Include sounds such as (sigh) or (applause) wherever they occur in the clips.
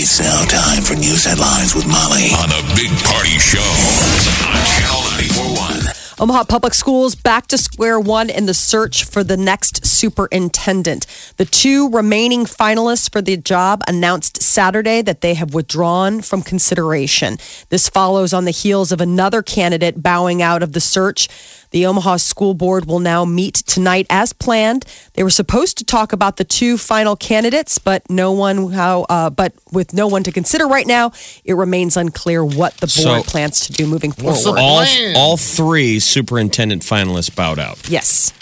It's now time for news headlines with Molly on the Big Party Show on Channel 941. Omaha Public Schools back to square one in the search for the next superintendent. The two remaining finalists for the job announced Saturday that they have withdrawn from consideration. This follows on the heels of another candidate bowing out of the search. The Omaha School Board will now meet tonight as planned. They were supposed to talk about the two final candidates, but no one how uh, but with no one to consider right now, it remains unclear what the So- board plans to do moving forward. all, all three superintendent finalists bowed out. Yes.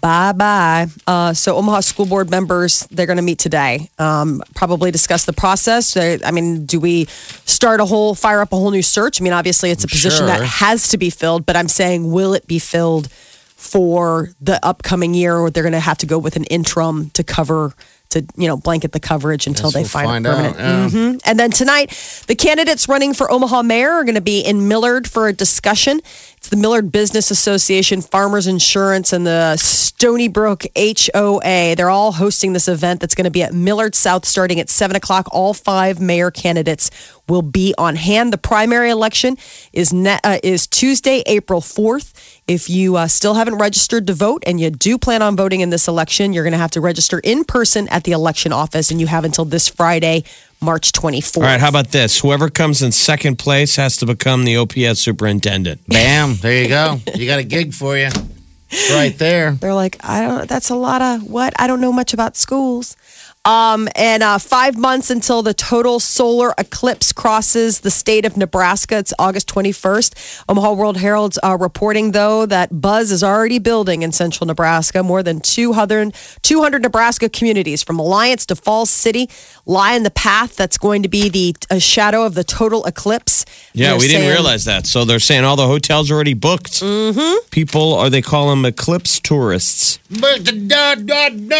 Bye bye. Uh, so, Omaha School Board members, they're going to meet today. Um, probably discuss the process. They- I mean, do we start a whole, fire up a whole new search? I mean, obviously, it's a position that sure. has to be filled, but I'm saying, will it be filled for the upcoming year, or they're going to have to go with an interim to cover, to you know, blanket the coverage until they find, a permanent? Mhm. And then tonight, the candidates running for Omaha mayor are going to be in Millard for a discussion. It's the Millard Business Association, Farmers Insurance, and the Stony Brook HOA. They're all hosting this event that's going to be at Millard South starting at 7 o'clock. All five mayor candidates will be on hand. The primary election is, ne- uh, is Tuesday, April 4th. If you uh, still haven't registered to vote and you do plan on voting in this election, you're going to have to register in person at the election office, and you have until this Friday, March 24th. All right, how about this? Whoever comes in second place has to become the OPS superintendent. Bam, there you go. You got a gig for you. It's right there. They're like, I don't. That's a lot of what I don't know much about schools. Um, and uh, five months until the total solar eclipse crosses the state of Nebraska. It's August 21st. Omaha World Herald's uh, reporting, though, that buzz is already building in central Nebraska. More than 200, 200 Nebraska communities from Alliance to Falls City lie in the path that's going to be the uh, shadow of the total eclipse. Yeah, They're we didn't saying- realize that. So they're saying all the hotels are already booked. Mm-hmm. People, or they call them eclipse tourists. But the da- da- And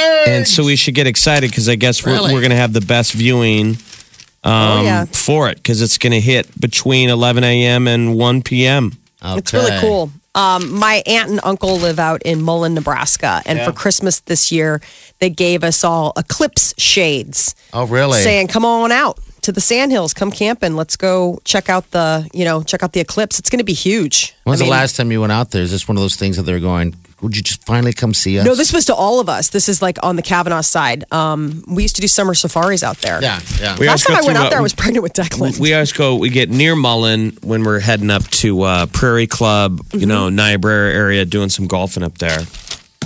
nerds. so we should get excited because I guess we're, Really? we're going to have the best viewing um, Oh, yeah. for it because it's going to hit between 11 a.m. and 1 p.m. It's really Okay. cool. Um, my aunt and uncle live out in Mullen, Nebraska, and for Christmas this year, they gave us all eclipse shades, Oh, really? saying, "Come on out to the sand hills, come camping, let's go check out the, you know, check out the eclipse. It's going to be huge." When's I mean- the last time you went out there? Is this one of those things that they're going, would you just finally come see us? No, this was to all of us. This is like on the Kavanaugh side. Um, we used to do summer safaris out there. Yeah, yeah. We always Last go time I went through out there, I a- was pregnant with Declan. We always go. We get near Mullen when we're heading up to uh, Prairie Club, you know, Mm-hmm. Niobrara area, doing some golfing up there.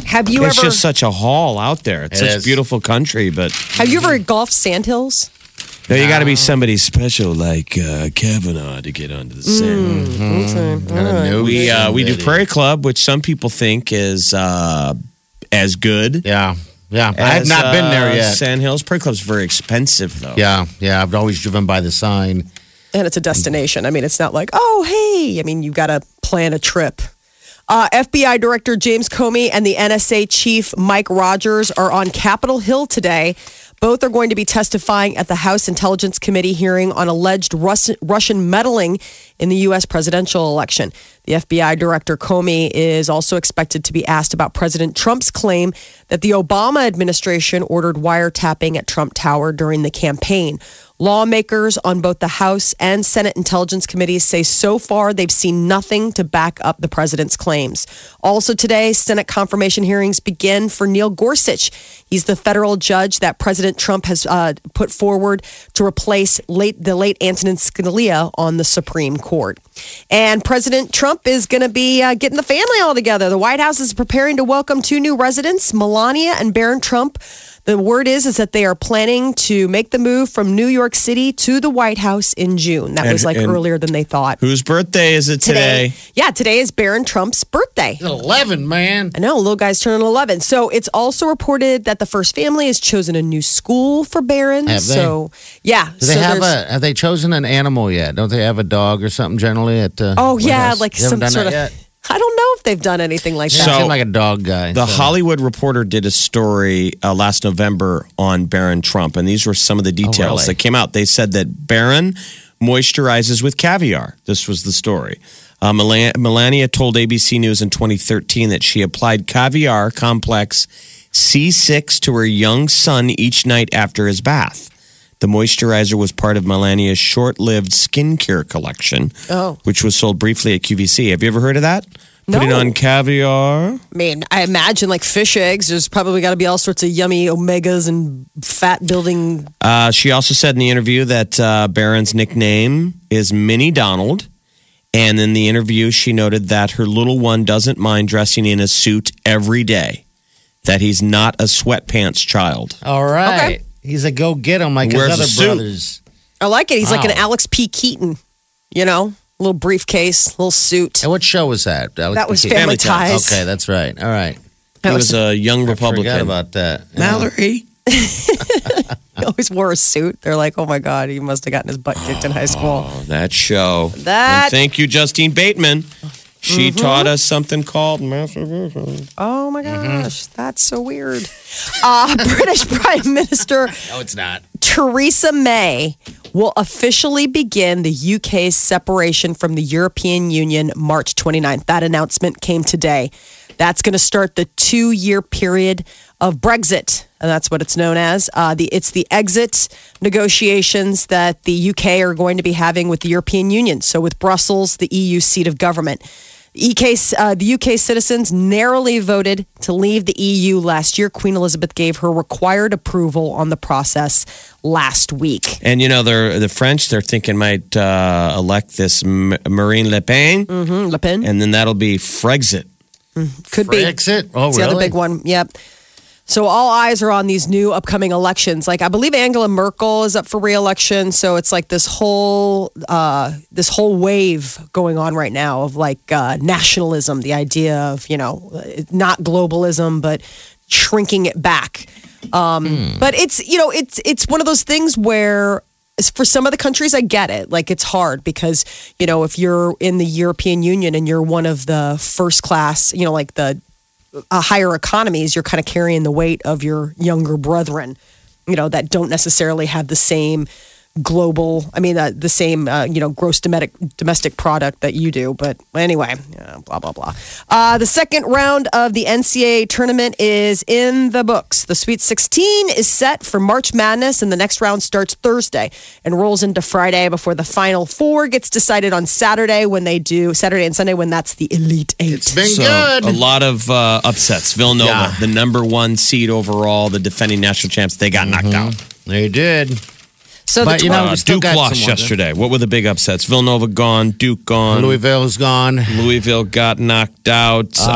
have you it's ever just uh, such a haul out there. It's It such is. beautiful country, but have you ever golfed sand hills? no, you got to be somebody special like uh, Kavanaugh to get onto the Mm-hmm. sand. Mm-hmm. Gotta know We uh, we do somebody. Prairie Club, which some people think is uh, as good. Yeah, yeah. I as, have not been uh, there yet. Sand Hills Prairie Club's very expensive though. Yeah, yeah. I've always driven by the sign. and it's a destination. I mean, it's not like, oh, hey. I mean, you've got to plan a trip. Uh, FBI Director James Comey and the NSA Chief Mike Rogers are on Capitol Hill today. Both are going to be testifying at the House Intelligence Committee hearing on alleged Rus- Russian meddling in the U.S. presidential election. The FBI Director Comey is also expected to be asked about President Trump's claim that the Obama administration ordered wiretapping at Trump Tower during the campaign. Lawmakers on both the House and Senate Intelligence Committees say so far they've seen nothing to back up the president's claims. Also today, Senate confirmation hearings begin for Neil Gorsuch. He's the federal judge that President Trump has uh, put forward to replace late the late Antonin Scalia on the Supreme Court. And President Trump is going to be uh, getting the family all together. The White House is preparing to welcome two new residents, Melania and Barron Trump. The word is is that they are planning to make the move from New York City to the White House in June. That And- was like and- earlier than they thought. Whose birthday is it today? Yeah, today is Barron Trump's birthday. 11, man. I know, little guy's turning 11. So it's also reported that the first family has chosen a new school for Barron. Have they? So, yeah. Do they so have there's- a? Have they chosen an animal yet? Don't they have a dog or something generally? At uh, Oh, White yeah, House? like They haven't some done sort that of. yet? I don't know if they've done anything like that. Yeah, So- I seem like a dog guy. The so. Hollywood Reporter did a story uh, last November on Barron Trump, and these were some of the details really? that came out. They said that Barron moisturizes with caviar. This was the story. Uh, Melan- Melania told ABC News in 2013 that she applied caviar complex C6 to her young son each night after his bath. The moisturizer was part of Melania's short lived skincare collection, Oh. which was sold briefly at QVC. Have you ever heard of that? No. Putting on caviar. I mean, I imagine like fish eggs, there's probably got to be all sorts of yummy omegas and fat building. Uh, she also said in the interview that uh, Barron's nickname is Minnie Donald. And in the interview, she noted that her little one doesn't mind dressing in a suit every day, that he's not a sweatpants child. All right. Okay. He's a go get him like Wears his a other suit. brothers. I like it. He's like an Wow. Alex P. Keaton, you know, little briefcase, little suit. And what show was that? Alex That was Petito? Family Family Ties. Ties. Okay, that's right. All right. He was a young Forgot Republican. about that. Yeah. Mallory. (laughs) He always wore a suit. They're like, oh my God, he must have gotten his butt kicked in high school. Oh, that show. That- And thank you, Justine Bateman. She taught us something called masturbation. Oh my gosh, that's so weird. Uh, (laughs) British Prime Minister No, it's not. Theresa May will officially begin the UK's separation from the European Union March 29th. That announcement came today. That's going to start the two year period of Brexit, and that's what it's known as. Uh, the, it's the exit negotiations that the UK are going to be having with the European Union, so with Brussels, the EU seat of government. EK, uh, the UK citizens narrowly voted to leave the EU last year. Queen Elizabeth gave her required approval on the process last week. And you know, they're, the French, they're thinking might uh, elect this M- Marine Le Pen, Mm, Le Pen and then that'll be Frexit. could be Brexit. Oh, It's the really? other big one. Yep. So all eyes are on these new upcoming elections. Like I believe Angela Merkel is up for re-election. So it's like this whole uh, this whole wave going on right now of like uh, nationalism, the idea of you know uh, not globalism but shrinking it back. Um, Hmm. But it's you know it's it's one of those things where s- for some of the countries I get it. Like it's hard because you know if you're in the European Union and you're one of the first class, you know like the uh, higher economies, you're kind of carrying the weight of your younger brethren, you know, that don't necessarily have the same global, I mean, uh, the same, uh, you know, gross domestic, domestic product that you do. But anyway, yeah, blah, blah, blah. Uh, the second round of the NCAA tournament is in the books. The Sweet 16 is set for March Madness, and the next round starts Thursday and rolls into Friday before the final four gets decided on Saturday when they do, Saturday and Sunday when that's the Elite Eight. It's been So good. a lot of uh, upsets. Villanova, Yeah. the number one seed overall, the defending national champs, they got knocked out. They did. so the but, Mm-hmm. you know, Uh, we still Duke got lost someone, yesterday. What were the big upsets? Villanova gone, Duke gone, Louisville's gone. Louisville got knocked out. Uh,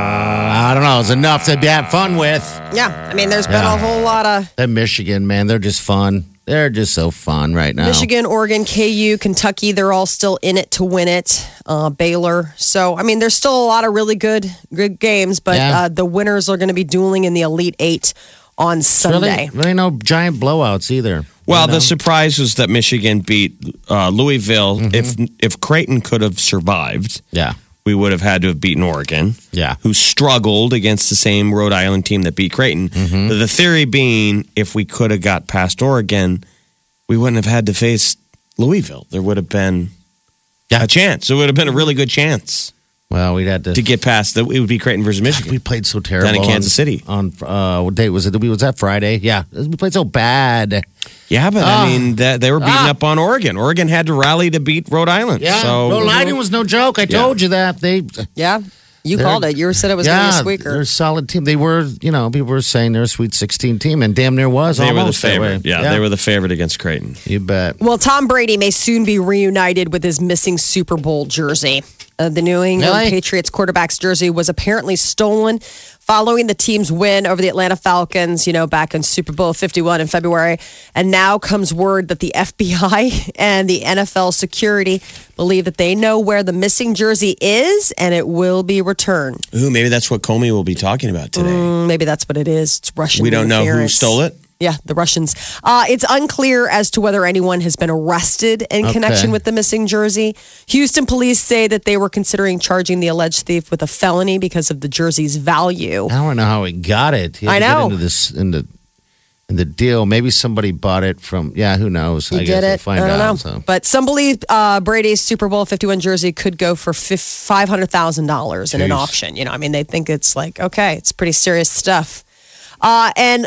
I don't know. It's enough to have fun with. Yeah, I mean, there's been Yeah. a whole lot of That Michigan, man, they're just fun. They're just so fun right now. Michigan, Oregon, KU, Kentucky. They're all still in it to win it. Uh, Baylor. So I mean, there's still a lot of really good good games, but Yeah. uh, the winners are going to be dueling in the Elite Eight on Sunday. Really, really no giant blowouts either. well, You know? the surprise was that Michigan beat uh, Louisville. Mm-hmm. If if Creighton could have survived, yeah. we would have had to have beaten Oregon, Yeah. who struggled against the same Rhode Island team that beat Creighton. Mm-hmm. The theory being, if we could have got past Oregon, we wouldn't have had to face Louisville. There would have been Yeah. a chance. It would have been a really good chance Well, we'd had to. to get past. The, it would be Creighton versus Michigan. we played so terrible Down in Kansas on- City. On uh, what date was it? Was that Friday? Yeah, we played so bad. Yeah, but I mean, that, they were beating Ah. up on Oregon. Oregon had to rally to beat Rhode Island. so Rhode Island was no joke. I Yeah. told you that they. Yeah, you They're- called it. You said it was going to yeah, be a squeaker. they're a solid team. They were, you know, people were saying they're a Sweet 16 team, and damn near was. they were the almost that way. favorite. Yeah, they were the favorite against Creighton. You bet. Well, Tom Brady may soon be reunited with his missing Super Bowl jersey. uh, the New England Really? Patriots quarterback's jersey was apparently stolen following the team's win over the Atlanta Falcons, you know, back in Super Bowl 51 in February. And now comes word that the (laughs) FBI and the NFL security believe that they know where the missing jersey is and it will be returned. Mm, Ooh, maybe that's what Comey will be talking about today. Maybe that's what it is. It's Russian. we don't know who interference. stole it. Yeah, the Russians. Uh, it's unclear as to whether anyone has been arrested in Okay. connection with the missing jersey. Houston police say that they were considering charging the alleged thief with a felony because of the jersey's value. I don't know how he got it. He had I to get know. into this in the in the deal. Maybe somebody bought it from. Yeah, who knows? He I guess did we'll it. find I don't out. know. So. But some believe uh, Brady's Super Bowl 51 jersey could go for five hundred thousand dollars in an Jeez. auction. You know, I mean, they think it's like okay, it's pretty serious stuff. Uh, and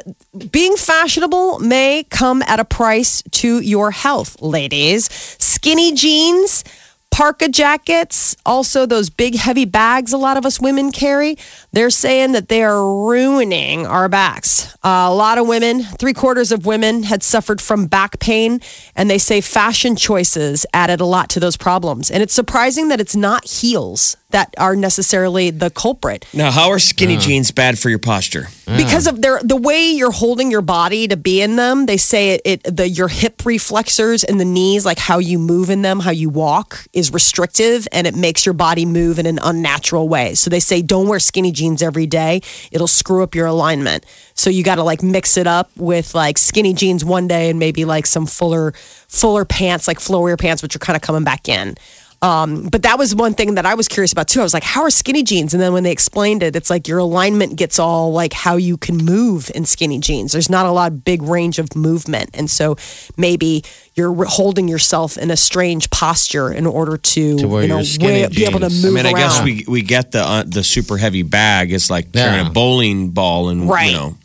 being fashionable may come at a price to your health, ladies. Skinny jeans. Parka jackets, also those big heavy bags a lot of us women carry, they're saying that they are ruining our backs. Uh, a lot of women, three quarters of women, had suffered from back pain, and they say fashion choices added a lot to those problems. And it's surprising that it's not heels that are necessarily the culprit Now, how are Uh. skinny jeans bad for your posture? because of their the way you're holding your body to be in them they say it, it the your hip reflexors and the knees like how you move in them how you walk is restrictive and it makes your body move in an unnatural way so they say don't wear skinny jeans every day it'll screw up your alignment so you got to like mix it up with like skinny jeans one day and maybe like some fuller fuller pants like flowier pants which are kind of coming back in um, but that was one thing that I was curious about too. I was like, how are skinny jeans? And then when they explained it, it's like your alignment gets all like how you can move in skinny jeans. There's not a lot of big range of movement. And so maybe you're holding yourself in a strange posture in order to, To wear you know, your skinny wa- be able to jeans. move I mean, I around. guess we we get the uh, the super heavy bag. It's like carrying Yeah. a bowling ball, and Right. you know,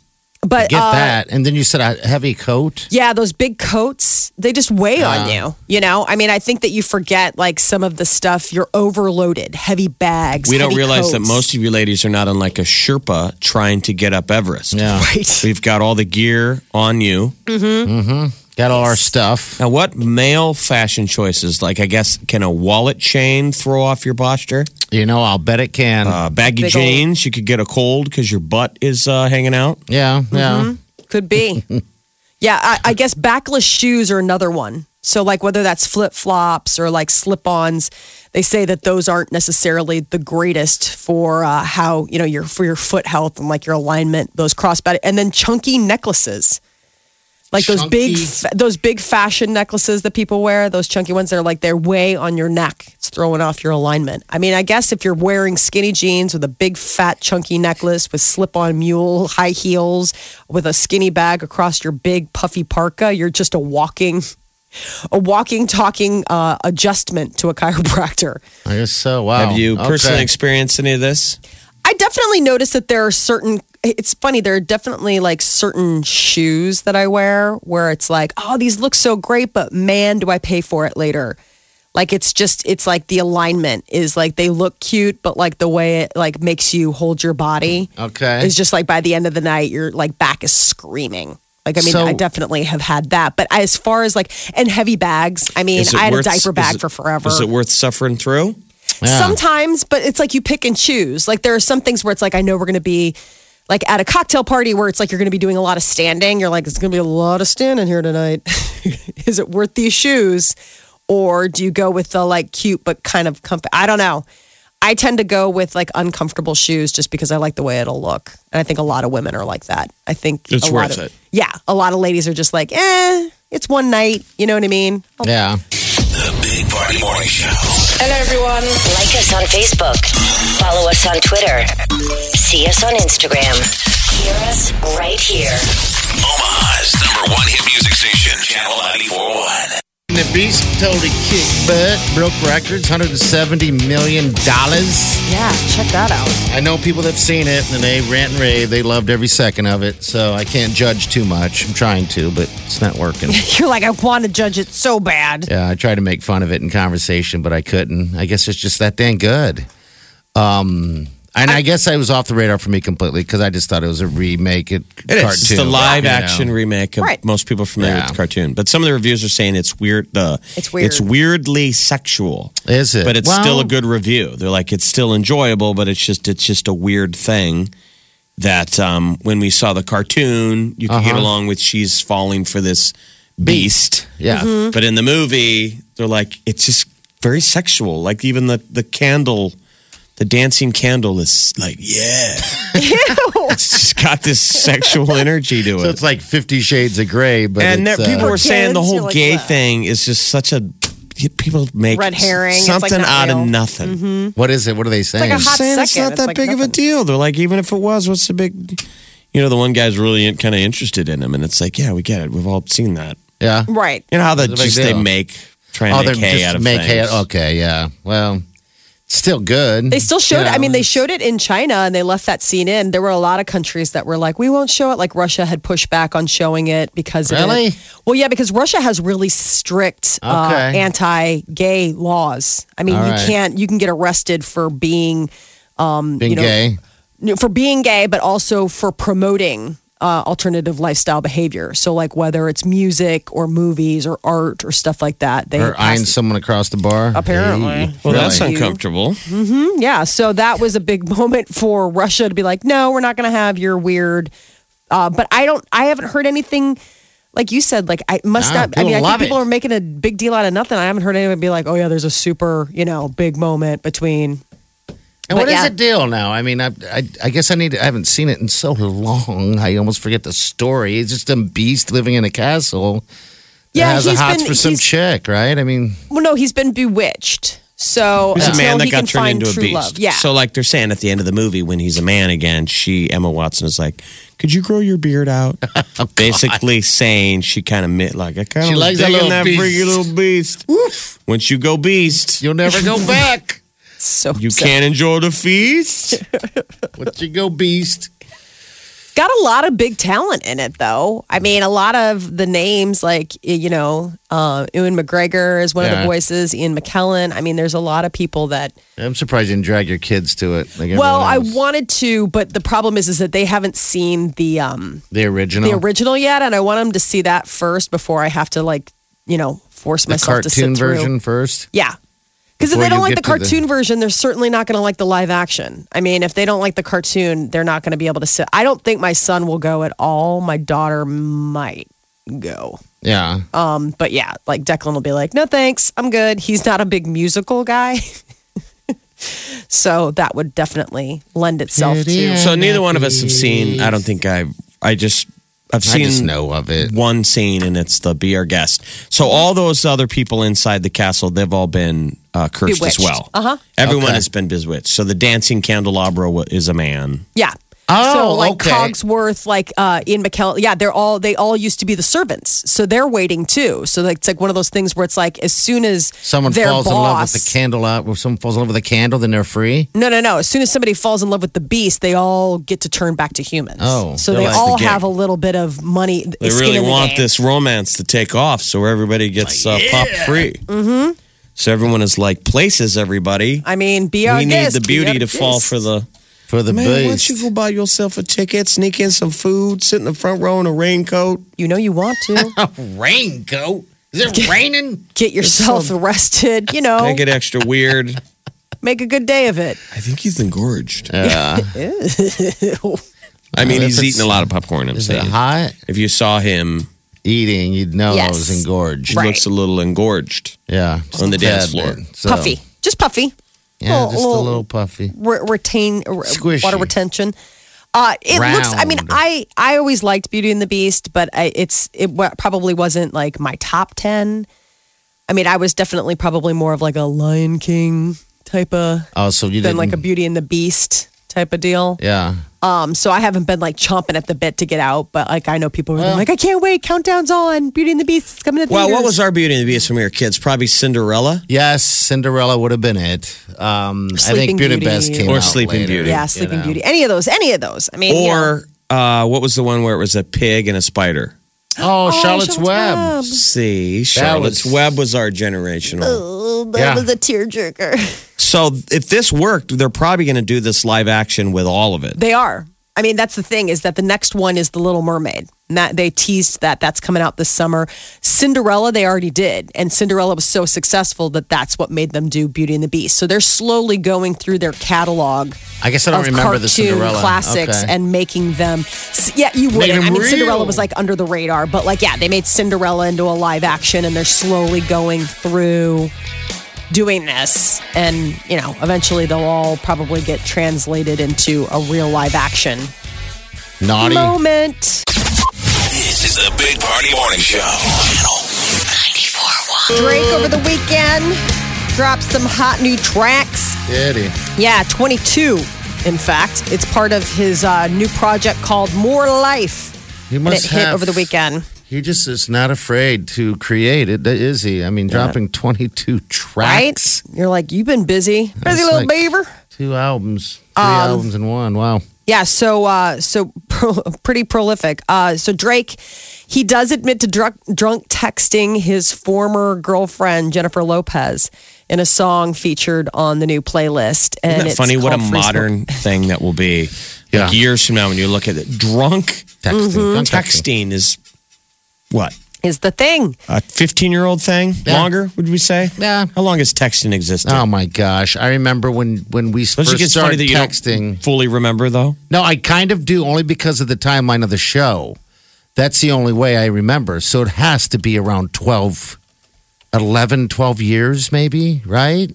but Get uh, that. And then you said a heavy coat. Yeah, those big coats, they just weigh on you. You know, I mean, I think that you forget like some of the stuff. You're overloaded, heavy bags. we don't heavy realize that coats. (laughs) most of you ladies are not unlike a Sherpa trying to get up Everest. (laughs) Yeah. Right. We've got all the gear on you. Got all our stuff. Now, what male fashion choices? Like, I guess, can a wallet chain throw off your posture? You know, I'll bet it can. Uh, baggy Big ol'- jeans, you could get a cold because your butt is uh, hanging out. yeah, yeah. Could be. yeah, I, I guess backless shoes are another one. So, like, whether that's flip flops or like slip ons, they say that those aren't necessarily the greatest for uh, how, you know, your, for your foot health and like your alignment, those cross body, and then chunky necklaces. Like those big, fa- those big fashion necklaces that people wear, those chunky ones that are like they're way on your neck. It's throwing off your alignment. I mean, I guess if you're wearing skinny jeans with a big fat chunky necklace with slip-on mule high heels with a skinny bag across your big puffy parka, you're just a walking, a walking talking uh, adjustment to a chiropractor. I guess so. Wow. Oh, Have you Okay. personally experienced any of this? I definitely noticed that there are certain. It's funny. There are definitely like certain shoes that I wear where it's like, oh, these look so great, but man, do I pay for it later. Like it's just, it's like the alignment is like they look cute, but like the way it like makes you hold your body Okay. is just like by the end of the night, your like back is screaming. Like I mean, So- I definitely have had that. But as far as like and heavy bags, I mean, Is it I had worth- a diaper bag is it- for forever. Is it worth suffering through? Yeah. Sometimes, but it's like you pick and choose. Like there are some things where it's like I know we're going to be like at a cocktail party where it's like you're going to be doing a lot of standing. You're like it's going to be a lot of standing here tonight. (laughs) Is it worth these shoes or do you go with the like cute but kind of comfy? I don't know. I tend to go with like uncomfortable shoes just because I like the way it'll look. And I think a lot of women are like that. I think It's a lot worth of- it. Yeah, a lot of ladies are just like, "Eh, it's one night." You know what I mean? Yeah. The Big Party Morning Show. Hello, everyone. Like us on Facebook. Follow us on Twitter. See us on Instagram. Hear us right here. Omaha's number one hit music station, Channel 941. The Beast totally kicked butt, broke records, $170 million. Yeah, check that out. I know people that've seen it and they rant and rave. They loved every second of it. So I can't judge too much. I'm trying to, but it's not working. You're like, "I want to judge it so bad." Yeah, I tried to make fun of it in conversation, but I couldn't. I guess it's just that dang good. Um, And I, guess I was off the radar for me completely because I just thought it was a remake. It, It is. It's the live you know. action remake of Right. most people are familiar with Yeah. the cartoon. But some of the reviews are saying it's weird the It's weird. it's weirdly sexual. Is it? But it's Well- still a good review. They're like it's still enjoyable, but it's just it's just a weird thing that um, when we saw the cartoon, you could get Uh-huh. along with she's falling for this beast. Yeah. Mm-hmm. But in the movie, they're like it's just very sexual. Like even the the candle the dancing candle is like, yeah. it's just got this (laughs) sexual energy to it So it's like Fifty Shades of Grey, but and it's, that people uh, were saying the kids, whole you're like, gay "Ugh." thing is just such a people make Red herring, it's like Mm-hmm. something not out real. of nothing. what is it? What are they saying? I'm hot saying it's second. not It's that like big of a nothing. deal. They're like, even if it was, what's the big? You know, the one guy's really in, kind of interested in him, and it's like, yeah, we get it. We've all seen that. yeah. (laughs) Right. You know how that It's a big just they deal. Oh, make trying to make hay out of make hay- things. Okay, yeah. Well, it's still good. They still showed. You know, I mean, they it's- showed it in China, and they left that scene in. There were a lot of countries that were like, "We won't show it." Like Russia had pushed back on showing it because Of Really? it. Well, yeah, because Russia has really strict uh, Okay. anti-gay laws. I mean, All you right. can't. You can get arrested for being being you know, gay. for being gay, but also for promoting uh, alternative lifestyle behavior. So, like whether it's music or movies or art or stuff like that, they Or eyeing someone across the bar. Apparently. Hey, Well, that's really? uncomfortable. Yeah, so that was a big (laughs) moment for Russia to be like, no, we're not going to have your weird. Uh, but I don't. I haven't heard anything. Like you said, like I must No, not. I mean, I people think love people it. are making a big deal out of nothing. I haven't heard anyone be like, oh yeah, there's a super, you know, big moment between. And But what is yeah. the deal now? I mean, I, I, I guess I need. To, I haven't seen it in so long. I almost forget the story. It's just a beast living in a castle. that Yeah, has a he's hots been- for some he's- chick, right? I mean, Well, no, he's been bewitched. So He's a until man that he got turned can find into a true beast. love, yeah. So, like they're saying at the end of the movie, when he's a man again, she Emma Watson is like, "Could you grow your beard (laughs) out?" Oh, Basically saying she kind of mit like I kind of She likes that little that beast. freaky little beast. Once you go beast, you'll (laughs) never go back. so you can't enjoy the feast. Once you go beast, got a lot of big talent in it though i mean a lot of the names like you know uh, ewan mcgregor is one of the Yeah. voices ian mckellen i mean there's a lot of people that I'm surprised you didn't drag your kids to it. Like well i everyone else. wanted to but the problem is is that they haven't seen the um the original. the original yet and i want them to see that first before i have to like you know force The myself to sit cartoon through version first. yeah because if Before they don't like you the get to the- cartoon version, they're certainly not going to like the live action. I mean, if they don't like the cartoon, they're not going to be able to sit. I don't think my son will go at all. My daughter might go. Yeah. Um, but yeah, like Declan will be like, no thanks, I'm good. He's not a big musical guy. (laughs) so that would definitely lend itself to. so neither one of us have seen. I don't think I. I just I've I seen just know of it. one scene, and it's the be our guest. So all those other people inside the castle, they've all been uh, cursed Bewitched. as well. Uh-huh. Everyone Okay. has been bewitched. So the dancing candelabra wa- is a man. Yeah. Oh, so like okay. Cogsworth, like uh, Ian McKellen, yeah, they're all they all used to be the servants, so they're waiting too. So like, it's like one of those things where it's like as soon as Someone their falls boss, in love with the candle out. If someone falls in love with a candle, then they're free. No, no, no. As soon as somebody falls in love with the beast, they all get to turn back to humans. Oh, so they're they like all the gang. have a little bit of money. They skin really in the want game. this romance to take off so everybody gets uh, pop free. Mm-hmm. So everyone is like, places everybody. I mean, be our we need guest, the be beauty our to fall guest. for the. For the Man, why beast. don't you go buy yourself a ticket, sneak in some food, sit in the front row in a raincoat? You know, you want (laughs) Oh, to raincoat? Is (laughs) it raining? get yourself (laughs) arrested. You Oh. know, Make it extra weird. make a good day of it. I think he's engorged. Yeah. I mean, Well, he's if eating it's- a lot of popcorn, I'm Is it saying. hot? If you saw him, Eating, you'd know I Yes. was engorged. he looks a little engorged. Yeah. just On the a dance tad floor. bit. So, puffy, just puffy. Yeah, Little- just little- a little puffy. re- retain re- Squishy. water retention. Uh, it looks. I mean, Round. I I always liked Beauty and the Beast, but I, it's it wa- probably wasn't like my top ten. I mean, I was definitely probably more of like a Lion King type of Oh, so you than didn't like a Beauty and the Beast type of deal. Yeah. Um, so I haven't been like chomping at the bit to get out, but like I know people are like, I can't wait, countdown's on, Beauty and the Beast is coming to Well, what theaters." was our Beauty and the Beast when we were kids? Probably Cinderella Yes, Cinderella would have been it. Um, I Sleeping think Beauty and Beauty. the Beast came Or out Sleeping later, Beauty. yeah, you Sleeping know. Beauty, any of those, any of those. I mean, you know. or uh, what was the one where it was a pig and a spider? Oh, Charlotte's, Charlotte's Web. Web. See, Charlotte's was- Web was our generational. that Yeah. was a tearjerker. (laughs) So if this worked, they're probably going to do this live action with all of it. They are. I mean, that's the thing is that the next one is The Little Mermaid. And that they teased that that's coming out this summer. Cinderella, they already did, and Cinderella was so successful that that's what made them do Beauty and the Beast. So they're slowly going through their catalog I guess I don't of remember cartoon the Cinderella classics Okay. and making them. s- Yeah, you would. them I mean, Cinderella real. was like under the radar, but like, yeah, they made Cinderella into a live action, and they're slowly going through doing this, and you know, eventually they'll all probably get translated into a real live action naughty. moment. This is the Big Party Morning Show. Channel 94.1. Drake over the weekend dropped some hot new tracks. Kitty. Yeah, 22. In fact, it's part of his uh, new project called More Life. He And must it hit have- over the weekend. He just is not afraid to create it, is he? I mean, dropping 22 tracks, You're like, you've been busy, busy That's little like- beaver. two albums, three albums in one. Wow. Yeah, so uh, so pro- (laughs) pretty prolific. Uh, so Drake, he does admit to drunk drunk texting his former girlfriend Jennifer Lopez in a song featured on the new playlist. And Isn't that it's funny? What a called Free Smoke. modern thing that will be. Yeah. Mm-hmm. Like years from now, when you look at it, drunk Texting, drunk texting is what is the thing. a fifteen-year-old thing. Yeah. Longer, would we say? Yeah. How long has texting existed? Oh my gosh! I remember when when we Don't you think first it's funny started that you texting. don't fully remember though? No, I kind of do only because of the timeline of the show. That's the only way I remember. So it has to be around 12, 11, 12 years, maybe, right?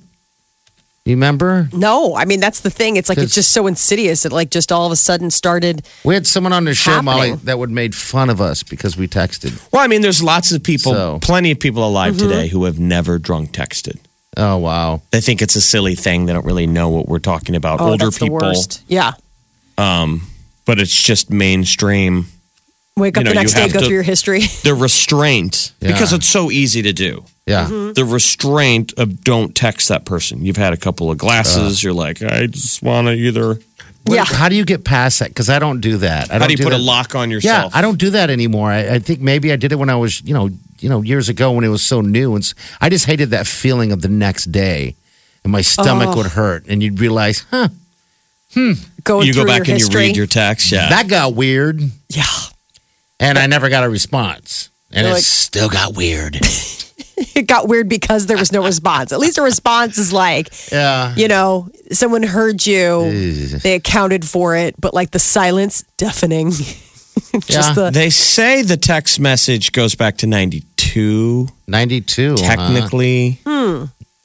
You remember? No, I mean that's the thing. It's like it's just so insidious. It like just all of a sudden started. We had someone on the show, Molly, Happening. that would made fun of us because we texted. Well, I mean, there's lots of people, So- Mm-hmm. plenty of people alive today who have never drunk texted. Oh, wow. They think it's a silly thing. They don't really know what we're talking about. Oh, Older that's people, um, the worst. Yeah. but it's just mainstream. Wake up You know, the next you day, have go to- through your history. (laughs) The restraint, Yeah. because it's so easy to do. Yeah. the restraint of don't text that person. You've had a couple of Uh. glasses. you're like, I just want to either. What- yeah. How do you get past that? Because I don't do that. I How don't do you put that. a lock on Yeah, yourself? I don't do that anymore. I, I think maybe I did it when I was, you know, you know, years ago when it was so new, and s- I just hated that feeling of the next day, and my stomach would hurt, and you'd realize, huh, Going You go through back your and you history. read your text. Yeah. that got weird, yeah. and I never got a response, and it You're like- still got (laughs) weird. (laughs) it got weird because there was no response. At least a response is like, yeah, you know, someone heard you, they accounted for it, but like the silence, deafening. (laughs) Just Yeah. the they say the text message goes back to 92, ninety-two. huh? technically.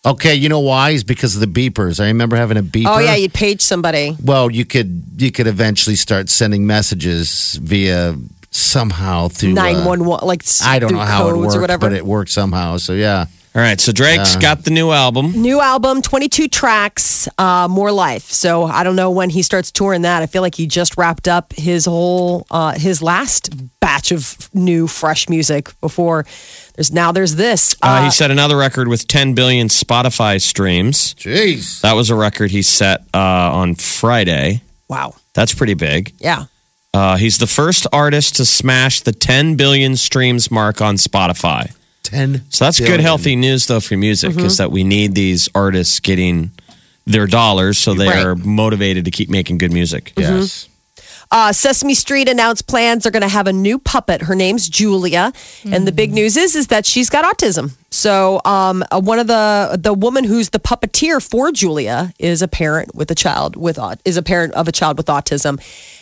okay, you know why? Is because of the beepers. I remember having a beeper. oh yeah, you'd page somebody. well, you could you could eventually start sending messages via somehow through uh, Nine one one, like s- I don't through know how it codes worked, or whatever. but it worked somehow. So yeah. All right. So Drake's got the new album. New album, twenty two tracks, uh, more life. So I don't know when he starts touring that. I feel like he just wrapped up his whole uh, his last batch of new fresh music before. There's now there's this. Uh, he set another record with 10 billion Spotify streams. Jeez. That was a record he set uh, on Friday. wow, That's pretty big. yeah. Uh, he's the first artist to smash the 10 billion streams mark on Spotify. 10. So that's good, healthy news, though, for music Mm-hmm. is that we need these artists getting their dollars so they Right. are motivated to keep making good music. Yes. Uh, Sesame Street announced plans are going to have a new puppet. Her name's Julia, and the big news is is that she's got autism. So um, uh, one of the the woman who's the puppeteer for Julia is a parent with a child with aut- is a parent of a child with autism,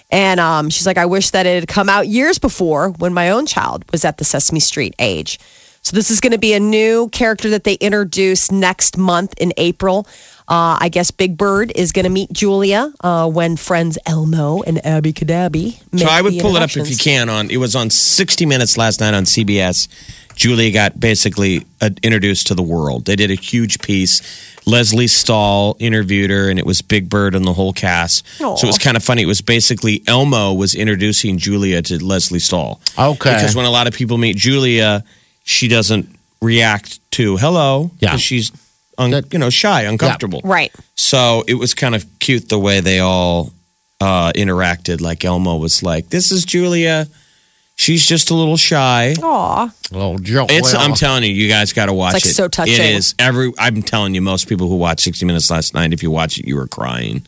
and um, she's like, I wish that it had come out years before when my own child was at the Sesame Street age. So this is going to be a new character that they introduce next month in April. Uh, I guess Big Bird is going to meet Julia uh, when friends Elmo and Abby Cadabby. So make I would the pull it up if you introductions. can. On it was on 60 Minutes last night on CBS. Julia got basically uh, introduced to the world. They did a huge piece. Leslie Stahl interviewed her, and it was Big Bird and the whole cast. So it was kind of funny. It was basically Elmo was introducing Julia to Leslie Stahl. Okay. Because when a lot of people meet Julia, she doesn't react to hello. Yeah. 'cause She's, un- That- you know, shy, uncomfortable. Right. So it was kind of cute the way they all uh, interacted. Like Elmo was like, "This is Julia," She's just a little shy. Aw. Oh, Joel. It's. I'm telling you, you guys got to watch It's, like, it. so touching. It is every. I'm telling you, most people who watched 60 Minutes last night, if you watch it, you were crying.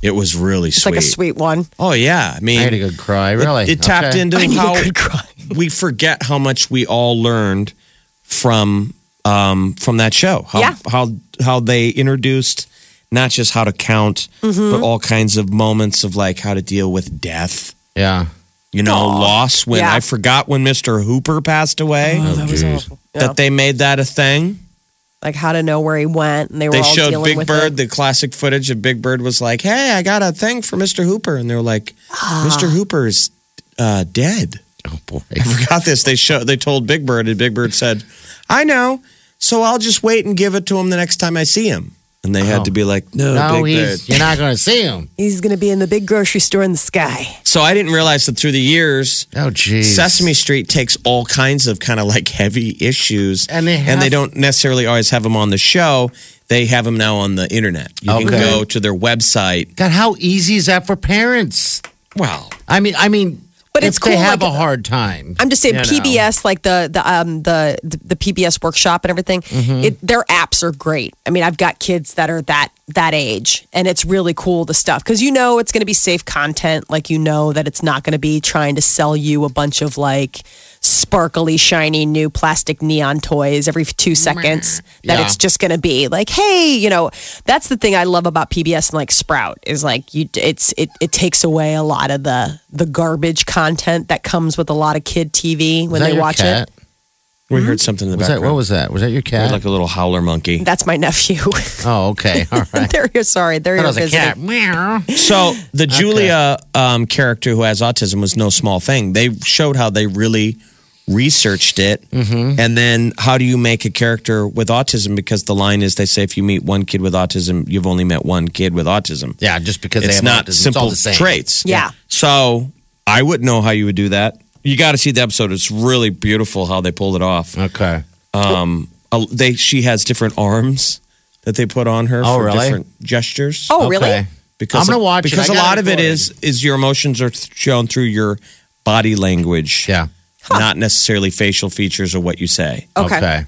It was really It's like a sweet one. Oh yeah, I mean, I had a good cry. Really? It, it tapped Okay. into (laughs) I knew how you could cry. we forget how much we all learned from um, from that show. How, Yeah. how how they introduced not just how to count, Mm-hmm. but all kinds of moments of like how to deal with death. Yeah. You know, loss. When Yeah. Uh-huh. I forgot when Mr. Hooper passed away, Oh, jeez. that they made that a thing. Like how to know where he went, and they were They all showed dealing Big with Bird, it. the classic footage of Big Bird was like, "Hey, I got a thing for Mr. Hooper," and they were like, Ah. "Mr. Hooper's uh, dead." Oh (laughs) boy. I forgot this. They show they told Big Bird, and Big Bird said, "I know, so I'll just wait and give it to him the next time I see him." And they had to be like, "No, No, Big he's, Bird." you're not going to see him. He's gonna be in the big grocery store in the sky. So I didn't realize that through the years, Oh, jeez. Sesame Street takes all kinds of kind of like heavy issues, And they and they have- don't necessarily always have them on the show. They have them now on the internet. You can Okay. go to their website. God, how easy is that for parents? Wow. I mean, I mean, But if it's they cool, have like- a hard time. I'm just saying you know. PBS, like the the um the the PBS workshop and everything. It, their apps are great. I mean, I've got kids that are that that age, and it's really cool the stuff because you know it's going to be safe content. Like you know that it's not going to be trying to sell you a bunch of like sparkly, shiny new plastic neon toys every two seconds. That Yeah. it's just going to be like, hey, you know, that's the thing I love about PBS and like Sprout is like you, it's it, it takes away a lot of the the garbage content that comes with a lot of kid TV Was when that they your watch cat? it. We heard something in the Hmm? Was that background. what was that? Was that your Heard cat? like a little howler monkey. That's my nephew. (laughs) oh, okay. All right. there you sorry, there that you're was a cat. visiting. Meow. So the Julia um, character who has autism was no small thing. They showed how they really researched it, Mm-hmm. and then how do you make a character with autism? Because the line is, they say if you meet one kid with autism, you've only met one kid with autism. Yeah, just because they it's have not autism, simple it's all the same. traits. Yeah. So I wouldn't know how you would do that. You got to see the episode. It's really beautiful how they pulled it off. Okay. Um, uh, they she has different arms that they put on her Oh, for really? different gestures Oh really? Okay. because I'm gonna watch it. because I a got lot it of it recorded. is is your emotions are th- shown through your body language, Yeah. not necessarily facial features or what you say. Okay.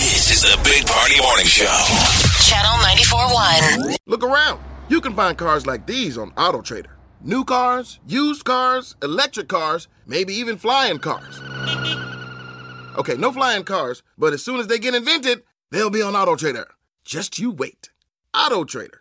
This is the Big Party Morning Show. Channel 94.1. Look around. You can find cars like these on AutoTrader. New cars, used cars, electric cars, maybe even flying cars. Okay, no flying cars, but as soon as they get invented, they'll be on AutoTrader. Just you wait. AutoTrader.